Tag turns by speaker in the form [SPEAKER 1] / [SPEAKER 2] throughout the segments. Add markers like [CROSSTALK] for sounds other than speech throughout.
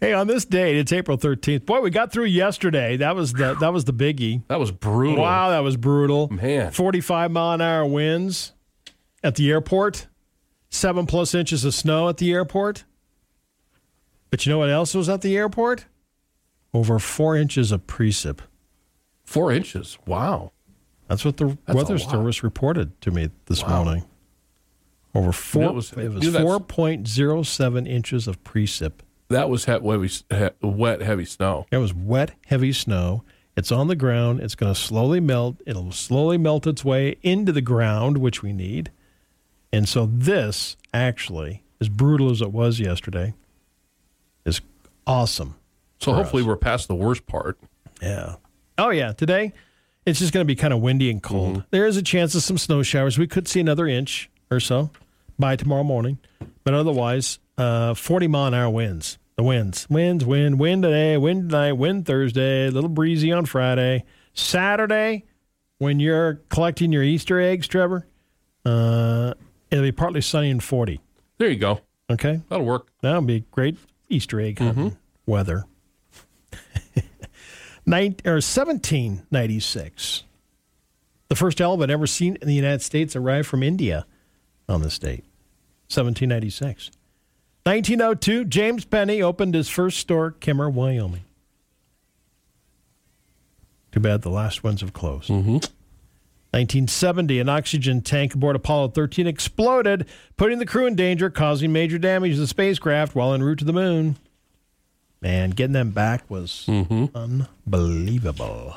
[SPEAKER 1] Hey, on this date, it's April 13th. Boy, we got through yesterday. That was the that was the biggie.
[SPEAKER 2] That was brutal.
[SPEAKER 1] Wow, that was brutal.
[SPEAKER 2] Man.
[SPEAKER 1] 45 mile an hour winds at the airport. 7 plus inches of snow at the airport. But you know what else was at the airport? Over 4 inches of precip.
[SPEAKER 2] Four inches. Wow.
[SPEAKER 1] That's what the
[SPEAKER 2] That's a
[SPEAKER 1] weather
[SPEAKER 2] lot.
[SPEAKER 1] service reported to me this morning. Over four,
[SPEAKER 2] That
[SPEAKER 1] it
[SPEAKER 2] was-
[SPEAKER 1] was,
[SPEAKER 2] dude, that's-
[SPEAKER 1] four point zero seven inches of precip.
[SPEAKER 2] That was he- heavy, s- he- wet, heavy snow.
[SPEAKER 1] It was wet, heavy snow. It's on the ground. It's going to slowly melt. It'll slowly melt its way into the ground, which we need. And so this actually, as brutal as it was yesterday, is awesome.
[SPEAKER 2] So hopefully we're past the worst part.
[SPEAKER 1] Yeah. Oh yeah. Today, it's just going to be kind of windy and cold. There is a chance of some snow showers. We could see another inch or so by tomorrow morning, but otherwise, uh, forty mile an hour winds. The winds, winds, wind, wind today, wind tonight, wind Thursday. A little breezy on Friday, Saturday. When you're collecting your Easter eggs, Trevor, uh, it'll be partly sunny and forty.
[SPEAKER 2] There you go.
[SPEAKER 1] Okay,
[SPEAKER 2] That'll work.
[SPEAKER 1] That'll be great Easter egg hunting weather. [LAUGHS] Nine, or 1796. The first elephant ever seen in the United States arrived from India on this date, 1796. 1902, James Penny opened his first store, Kimmer, Wyoming. Too bad the last ones have closed. 1970, an oxygen tank aboard Apollo 13 exploded, putting the crew in danger, causing major damage to the spacecraft while en route to the moon. Man, getting them back was unbelievable.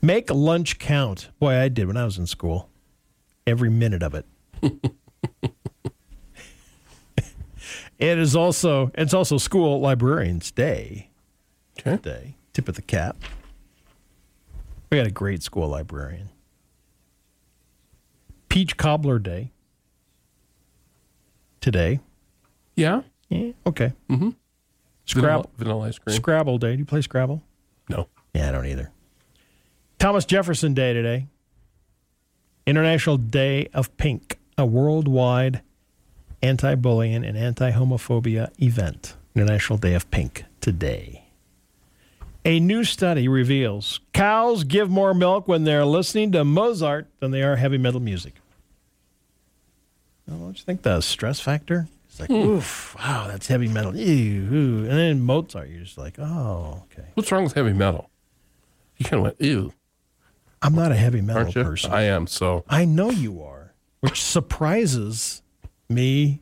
[SPEAKER 1] Make lunch count. Boy, I did when I was in school. Every minute of it. it is also it's also school librarians day
[SPEAKER 2] Okay.
[SPEAKER 1] day. Tip of the cap. We had a great school librarian. Peach Cobbler Day. Today.
[SPEAKER 2] Yeah.
[SPEAKER 1] Yeah. Okay.
[SPEAKER 2] Vanilla,
[SPEAKER 1] Scrabble,
[SPEAKER 2] vanilla ice cream.
[SPEAKER 1] Scrabble Day. Do you play Scrabble?
[SPEAKER 2] no.
[SPEAKER 1] Yeah, I don't either. Thomas Jefferson Day today. International Day of Pink, a worldwide anti bullying and anti homophobia event. International Day of Pink today. A new study reveals cows give more milk when they're listening to Mozart than they are heavy metal music. Well, don't you think the stress factor? It's like, oof, wow, that's heavy metal. Ew, ooh. And then Mozart, you're just like, oh, okay.
[SPEAKER 2] What's wrong with heavy metal? You kind of went, ew,
[SPEAKER 1] I'm not a heavy metal
[SPEAKER 2] aren't you?
[SPEAKER 1] person. I,
[SPEAKER 2] I am. So
[SPEAKER 1] know you are, which surprises me.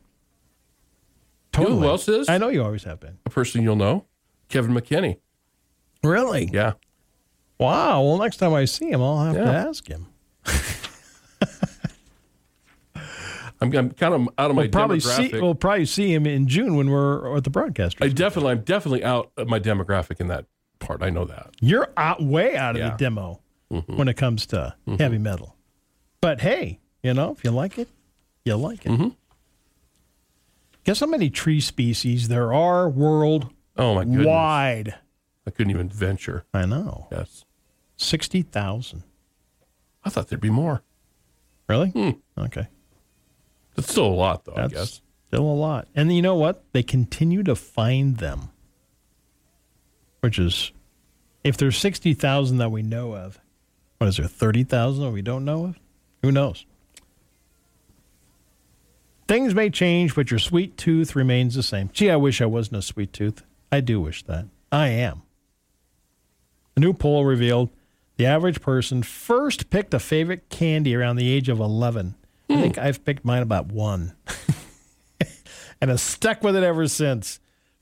[SPEAKER 2] know who
[SPEAKER 1] Totally.
[SPEAKER 2] else is?
[SPEAKER 1] I know you always have been.
[SPEAKER 2] a person you'll know, Kevin McKinney.
[SPEAKER 1] Really?
[SPEAKER 2] Yeah.
[SPEAKER 1] Wow. Well, next time I see him, I'll have to
[SPEAKER 2] Yeah.
[SPEAKER 1] ask him.
[SPEAKER 2] I'm, I'm kind of out of my
[SPEAKER 1] We'll probably see.
[SPEAKER 2] demographic.
[SPEAKER 1] We'll probably see him in June when we're at the broadcaster.
[SPEAKER 2] I definitely, I'm definitely out of my demographic in that part. I know that.
[SPEAKER 1] You're out, way out of
[SPEAKER 2] Yeah. Mm-hmm.
[SPEAKER 1] the demo when it comes to heavy metal. But hey, you know, if you like it, you like it.
[SPEAKER 2] Mm-hmm.
[SPEAKER 1] Guess how many tree species there are worldwide?
[SPEAKER 2] Oh my goodness. I couldn't even venture.
[SPEAKER 1] I know.
[SPEAKER 2] Yes.
[SPEAKER 1] 60,000.
[SPEAKER 2] I thought there'd be more.
[SPEAKER 1] Really? Okay.
[SPEAKER 2] That's still a lot, though,
[SPEAKER 1] That's
[SPEAKER 2] Hmm. I guess.
[SPEAKER 1] still a lot. And you know what? They continue to find them, which is, if there's 60,000 that we know of, what is there, 30,000 that we don't know of? Who knows? Things may change, but your sweet tooth remains the same. Gee, I wish I wasn't a sweet tooth. I do wish that. I am. A new poll revealed the average person first picked a favorite candy around the age of 11. I think I've picked mine about one [LAUGHS] and have stuck with it ever since.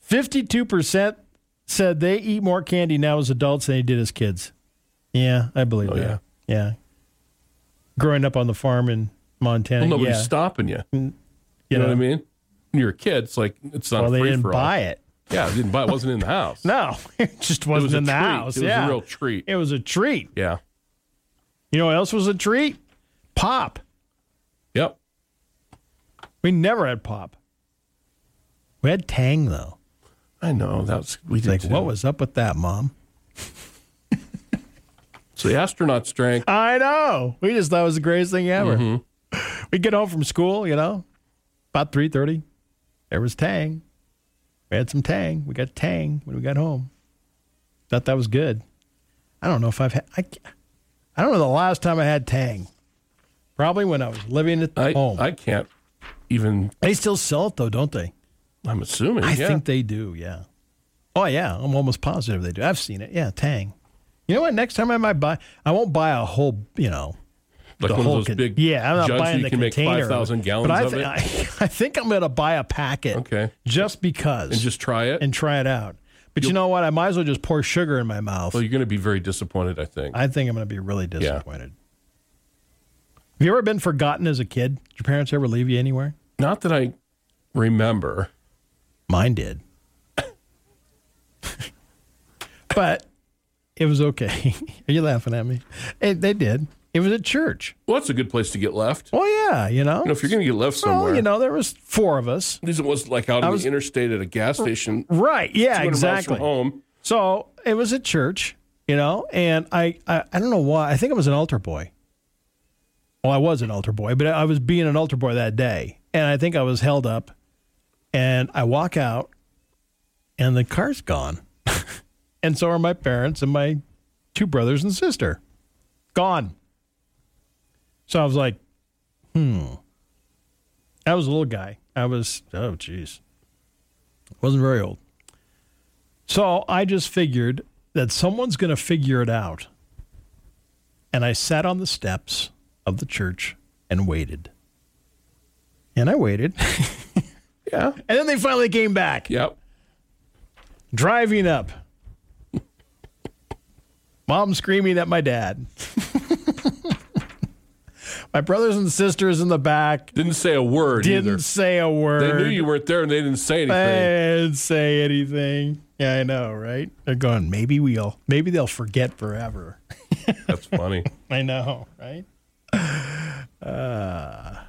[SPEAKER 1] 52% said they eat more candy now as adults than they did as kids. Yeah, I believe
[SPEAKER 2] Oh,
[SPEAKER 1] that. Yeah. Growing up on the farm in Montana.
[SPEAKER 2] Well, nobody's
[SPEAKER 1] yeah,
[SPEAKER 2] stopping you. You
[SPEAKER 1] you
[SPEAKER 2] know what I mean? When you're a kid, it's like, it's not
[SPEAKER 1] Well,
[SPEAKER 2] a
[SPEAKER 1] they
[SPEAKER 2] free
[SPEAKER 1] didn't
[SPEAKER 2] for
[SPEAKER 1] buy it.
[SPEAKER 2] all. Yeah, they didn't buy it. It wasn't in the
[SPEAKER 1] [LAUGHS]
[SPEAKER 2] house.
[SPEAKER 1] No, it just
[SPEAKER 2] it
[SPEAKER 1] wasn't
[SPEAKER 2] was a
[SPEAKER 1] in the
[SPEAKER 2] treat.
[SPEAKER 1] house.
[SPEAKER 2] It was
[SPEAKER 1] yeah.
[SPEAKER 2] a real treat.
[SPEAKER 1] It was a treat.
[SPEAKER 2] Yeah.
[SPEAKER 1] You know what else was a treat? Pop.
[SPEAKER 2] Yep.
[SPEAKER 1] We never had pop. We had Tang though.
[SPEAKER 2] I know. That's we
[SPEAKER 1] It's
[SPEAKER 2] did.
[SPEAKER 1] like,
[SPEAKER 2] too.
[SPEAKER 1] what was up with that, Mom?
[SPEAKER 2] so the astronauts drank?
[SPEAKER 1] I know. We just thought it was the greatest thing ever.
[SPEAKER 2] Mm-hmm.
[SPEAKER 1] We'd get home from school, you know, about three thirty. There was Tang. We had some tang. We got tang when we got home. Thought that was good. I don't know if I've had. I, I don't know the last time I had tang. Probably when I was living at
[SPEAKER 2] I
[SPEAKER 1] home.
[SPEAKER 2] I can't even.
[SPEAKER 1] they still sell it though, don't they?
[SPEAKER 2] I'm assuming.
[SPEAKER 1] I
[SPEAKER 2] yeah.
[SPEAKER 1] think they do. Yeah. Oh yeah, I'm almost positive they do. I've seen it. Yeah, Tang. You know what? Next time I might buy, I won't buy a whole. You know,
[SPEAKER 2] like
[SPEAKER 1] the
[SPEAKER 2] one of
[SPEAKER 1] whole
[SPEAKER 2] those
[SPEAKER 1] con-
[SPEAKER 2] big
[SPEAKER 1] yeah. I'm not
[SPEAKER 2] jugs
[SPEAKER 1] buying
[SPEAKER 2] you
[SPEAKER 1] the
[SPEAKER 2] can make
[SPEAKER 1] container,
[SPEAKER 2] five thousand gallons
[SPEAKER 1] but I,
[SPEAKER 2] of
[SPEAKER 1] thi-
[SPEAKER 2] it
[SPEAKER 1] [LAUGHS] I, I think I'm gonna buy a packet.
[SPEAKER 2] Okay.
[SPEAKER 1] Just because.
[SPEAKER 2] and just try it.
[SPEAKER 1] and try it out. But you know what? I might as well just pour sugar in my mouth.
[SPEAKER 2] well, you're going to be very disappointed. I think.
[SPEAKER 1] I think I'm going to be really disappointed. Have you ever been forgotten as a kid? Did your parents ever leave you anywhere?
[SPEAKER 2] Not that I remember.
[SPEAKER 1] Mine did. but it was okay. [LAUGHS] Are you laughing at me? It, they did. It was at church.
[SPEAKER 2] Well, that's a good place to get left.
[SPEAKER 1] Oh yeah, you know.
[SPEAKER 2] You know, if you're going to get left somewhere,
[SPEAKER 1] well, you know, there was four of us.
[SPEAKER 2] At least it was like out on
[SPEAKER 1] was-
[SPEAKER 2] the interstate at a gas station, 200
[SPEAKER 1] Right. Yeah,
[SPEAKER 2] miles
[SPEAKER 1] exactly.
[SPEAKER 2] from home.
[SPEAKER 1] So it was at church, you know, and I, I, I don't know why. I think I was an altar boy. Well, I was an altar boy, but I was being an altar boy that day. And I think I was held up. And I walk out, and the car's gone. [LAUGHS] and so are my parents and my two brothers and sister. Gone. So I was like, hmm. I was a little guy. I was, oh, jeez. Wasn't very old. So I just figured that someone's going to figure it out. And I sat on the steps of the church and waited. And I
[SPEAKER 2] [LAUGHS]
[SPEAKER 1] waited.
[SPEAKER 2] Yeah.
[SPEAKER 1] and then they finally came back,
[SPEAKER 2] Yep.
[SPEAKER 1] driving up. Mom screaming at my
[SPEAKER 2] [LAUGHS]
[SPEAKER 1] dad. my brothers and sisters in the back
[SPEAKER 2] Didn't say a word
[SPEAKER 1] didn't
[SPEAKER 2] either.
[SPEAKER 1] say a word.
[SPEAKER 2] They knew you weren't there and they didn't say anything.
[SPEAKER 1] They didn't say anything. Yeah, I know, right? They're going, maybe we'll, maybe they'll forget forever.
[SPEAKER 2] That's funny.
[SPEAKER 1] I know, right? Uh,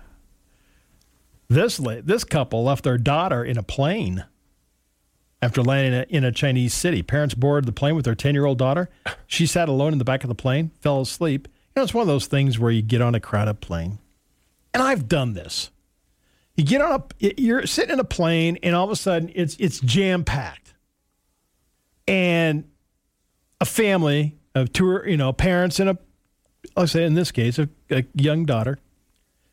[SPEAKER 1] this la- this couple left their daughter in a plane after landing in a, in a Chinese city. Parents boarded the plane with their ten year old daughter. She sat alone in the back of the plane, fell asleep. You know, it's one of those things where you get on a crowded plane, and I've done this. You get on a you're sitting in a plane, and all of a sudden it's it's jam packed, and a family of two, or you know, parents and a, let's say in this case, a, a young daughter.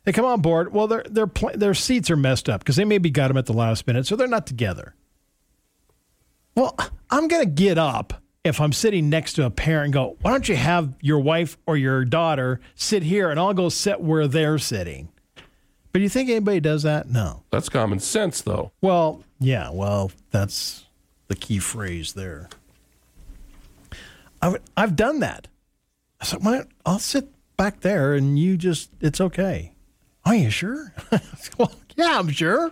[SPEAKER 1] They come on board. Well, their their pl- their seats are messed up because they maybe got them at the last minute, so they're not together. Well, I'm gonna get up if I'm sitting next to a parent and go, "Why don't you have your wife or your daughter sit here, and I'll go sit where they're sitting." But do you think anybody does that? No.
[SPEAKER 2] That's common sense, though.
[SPEAKER 1] Well, yeah, well, that's the key phrase there. I've, I've done that. I said, Why, I'll sit back there and you just, it's okay. Are you sure? [LAUGHS] well, yeah, I'm sure.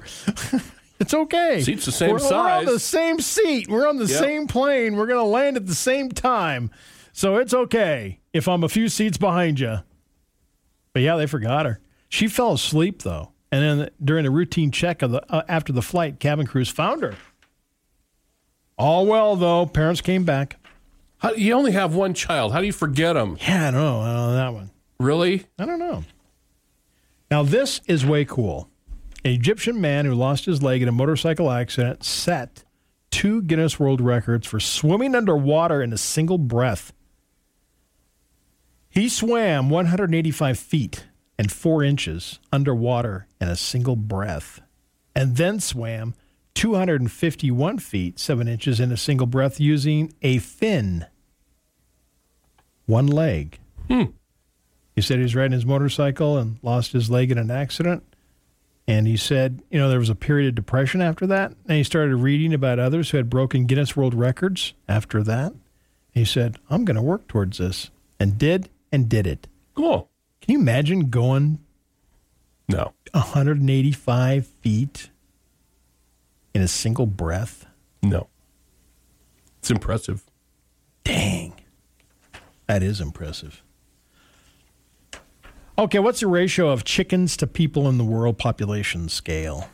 [SPEAKER 1] [LAUGHS] it's okay.
[SPEAKER 2] Seat's the same
[SPEAKER 1] we're, We're on
[SPEAKER 2] size.
[SPEAKER 1] the same seat. We're on the
[SPEAKER 2] Yep.
[SPEAKER 1] same plane. We're going to land at the same time. So it's okay if I'm a few seats behind you. But yeah, they forgot her. She fell asleep though, and then during a routine check of the uh, after the flight, cabin crews found her. All well though. Parents came back.
[SPEAKER 2] How, you only have one child. How do you forget them?
[SPEAKER 1] Yeah, I don't know. I don't know that one.
[SPEAKER 2] Really?
[SPEAKER 1] I don't know. Now this is way cool. An Egyptian man who lost his leg in a motorcycle accident set two Guinness World Records for swimming underwater in a single breath. He swam 185 feet and four inches underwater in a single breath, and then swam 251 feet, seven inches in a single breath using a fin, one leg. He said he was riding his motorcycle and lost his leg in an accident. And he said, you know, there was a period of depression after that. And he started reading about others who had broken Guinness World Records after that. He said, I'm going to work towards this. And did and did it.
[SPEAKER 2] Cool.
[SPEAKER 1] Can you imagine going
[SPEAKER 2] No.
[SPEAKER 1] 185 feet in a single breath?
[SPEAKER 2] No. It's impressive.
[SPEAKER 1] Dang. That is impressive. Okay, what's the ratio of chickens to people in the world population scale?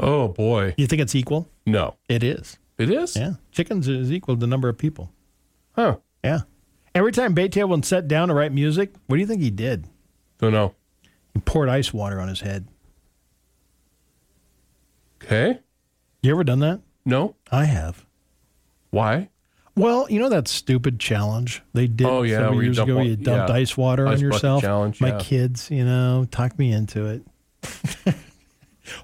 [SPEAKER 2] Oh, boy.
[SPEAKER 1] You think it's equal?
[SPEAKER 2] No.
[SPEAKER 1] It is.
[SPEAKER 2] It is?
[SPEAKER 1] Yeah. Chickens is equal to the number of people.
[SPEAKER 2] Huh.
[SPEAKER 1] Yeah. Every time Beethoven sat down to write music, what do you think he did?
[SPEAKER 2] Don't know.
[SPEAKER 1] He poured ice water on his head.
[SPEAKER 2] Okay.
[SPEAKER 1] You ever done that?
[SPEAKER 2] No?
[SPEAKER 1] I have.
[SPEAKER 2] Why?
[SPEAKER 1] Well, you know that stupid challenge they did
[SPEAKER 2] Oh, yeah,
[SPEAKER 1] several
[SPEAKER 2] where you
[SPEAKER 1] years
[SPEAKER 2] dump
[SPEAKER 1] ago.
[SPEAKER 2] wa-
[SPEAKER 1] you dumped
[SPEAKER 2] yeah.
[SPEAKER 1] ice water
[SPEAKER 2] Ice
[SPEAKER 1] on
[SPEAKER 2] bucket
[SPEAKER 1] yourself.
[SPEAKER 2] challenge,
[SPEAKER 1] My
[SPEAKER 2] yeah.
[SPEAKER 1] kids, you know, talked me into it. [LAUGHS]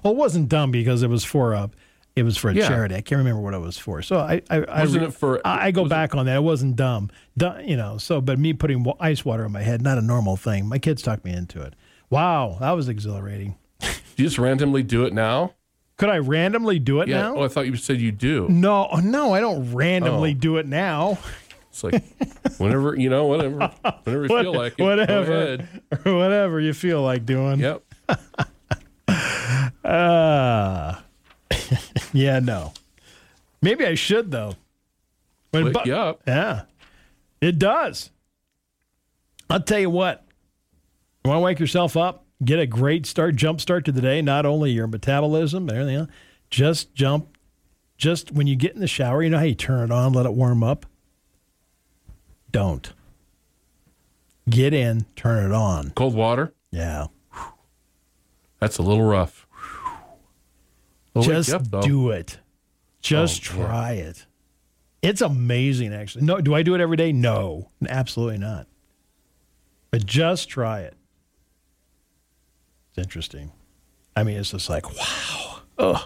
[SPEAKER 1] well, it wasn't dumb because it was for a, it was for a
[SPEAKER 2] Yeah.
[SPEAKER 1] charity. I can't remember what it was for. So I, I, I
[SPEAKER 2] Wasn't
[SPEAKER 1] re-
[SPEAKER 2] it for-
[SPEAKER 1] I, I go
[SPEAKER 2] was it-
[SPEAKER 1] back on that. It wasn't dumb. Du- you know. So, but me putting wa- ice water on my head, not a normal thing. My kids talked me into it. Wow, that was exhilarating.
[SPEAKER 2] Do you just randomly do it now?
[SPEAKER 1] Could I randomly do it
[SPEAKER 2] Yeah.
[SPEAKER 1] now?
[SPEAKER 2] Oh, I thought you said you do.
[SPEAKER 1] no, oh, no, I don't randomly
[SPEAKER 2] Oh.
[SPEAKER 1] do it now. [LAUGHS]
[SPEAKER 2] It's like whenever you know, whatever, whenever you feel like it. go
[SPEAKER 1] Whatever.
[SPEAKER 2] ahead.
[SPEAKER 1] or whatever you feel like doing.
[SPEAKER 2] Yep.
[SPEAKER 1] Uh, [LAUGHS] yeah, no. Maybe I should though. When
[SPEAKER 2] Wake
[SPEAKER 1] bu-
[SPEAKER 2] you up.
[SPEAKER 1] Yeah, it does. I'll tell you what. You want to wake yourself up, get a great start, jump start to the day. Not only your metabolism, but everything else. Just jump. Just when you get in the shower, you know how you turn it on, let it warm up. Don't. Get in, turn it on.
[SPEAKER 2] Cold water.
[SPEAKER 1] Yeah.
[SPEAKER 2] That's a little rough. It'll wake you
[SPEAKER 1] just
[SPEAKER 2] up, though.
[SPEAKER 1] do it. Just
[SPEAKER 2] Oh, yeah.
[SPEAKER 1] try it. It's amazing, actually. No, do I do it every day? No, absolutely not. But just try it. It's interesting. I mean, it's just like wow. Ugh.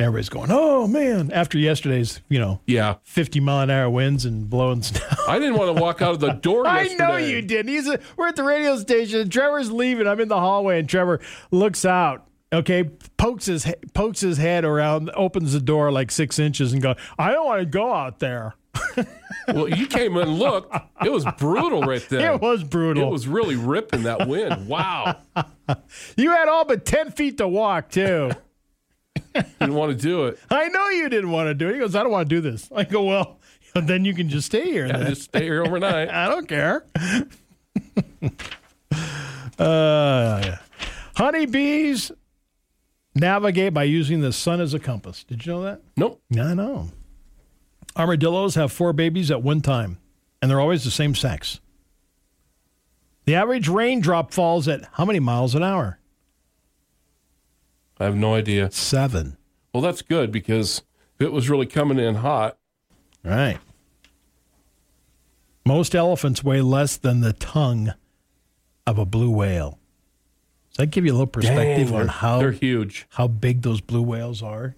[SPEAKER 1] Everybody's going, oh man, after yesterday's, you know,
[SPEAKER 2] Yeah.
[SPEAKER 1] 50 mile an hour winds and blowing [LAUGHS] snow.
[SPEAKER 2] I didn't want to walk out of the
[SPEAKER 1] [LAUGHS]
[SPEAKER 2] door.
[SPEAKER 1] I know
[SPEAKER 2] yesterday.
[SPEAKER 1] you did. He's a, we're at the radio station. And Trevor's leaving. I'm in the hallway, and Trevor looks out. Okay, pokes his he- pokes his head around, opens the door like six inches, and goes, "I don't want to go out there."
[SPEAKER 2] Well, you came and looked. It was brutal
[SPEAKER 1] [LAUGHS]
[SPEAKER 2] right then.
[SPEAKER 1] It was brutal.
[SPEAKER 2] It was really ripping that wind. Wow.
[SPEAKER 1] you had all but ten feet to walk too. [LAUGHS]
[SPEAKER 2] Didn't want to do it.
[SPEAKER 1] I know you didn't want to do it. He goes, "I don't want to do this." I go, "Well, [LAUGHS] then you can just stay here."
[SPEAKER 2] I
[SPEAKER 1] then."
[SPEAKER 2] just stay here overnight.
[SPEAKER 1] I don't care. [LAUGHS] uh, honeybees navigate by using the sun as a compass. Did you know that?
[SPEAKER 2] Nope.
[SPEAKER 1] Yeah, I know. Armadillos have four babies at one time, and they're always the same sex. The average raindrop falls at how many miles an hour?
[SPEAKER 2] I have no idea.
[SPEAKER 1] Seven.
[SPEAKER 2] Well, that's good because if it was really coming in hot,
[SPEAKER 1] Right. Most elephants weigh less than the tongue of a blue whale. Does that give you a little perspective
[SPEAKER 2] they're,
[SPEAKER 1] on how
[SPEAKER 2] they're huge.
[SPEAKER 1] how big those blue whales are?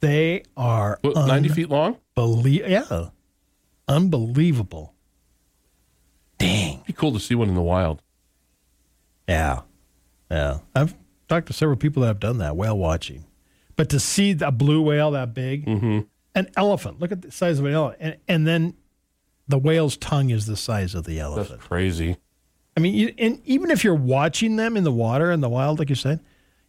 [SPEAKER 1] They are
[SPEAKER 2] What, 90 feet long?
[SPEAKER 1] unbelie- yeah. Unbelievable. Dang.
[SPEAKER 2] Be cool to see one in the wild.
[SPEAKER 1] Yeah. Yeah. I've talked to several people that have done that, whale watching. But to see a blue whale that big,
[SPEAKER 2] Mm-hmm.
[SPEAKER 1] an elephant, look at the size of an elephant. And, and then the whale's tongue is the size of the
[SPEAKER 2] That's
[SPEAKER 1] elephant.
[SPEAKER 2] crazy.
[SPEAKER 1] I mean, you, and even if you're watching them in the water in the wild, like you said,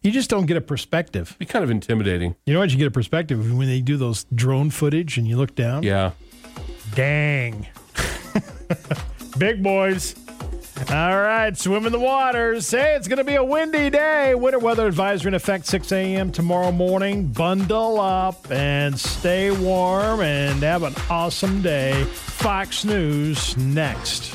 [SPEAKER 1] you just don't get a perspective.
[SPEAKER 2] Be kind of intimidating.
[SPEAKER 1] You know what? You get a perspective when they do those drone footage and you look down.
[SPEAKER 2] Yeah.
[SPEAKER 1] Dang. [LAUGHS] Big boys. All right, swim in the waters. Hey, it's going to be a windy day. Winter weather advisory in effect 6 a.m. tomorrow morning. Bundle up and stay warm and have an awesome day. Fox News next.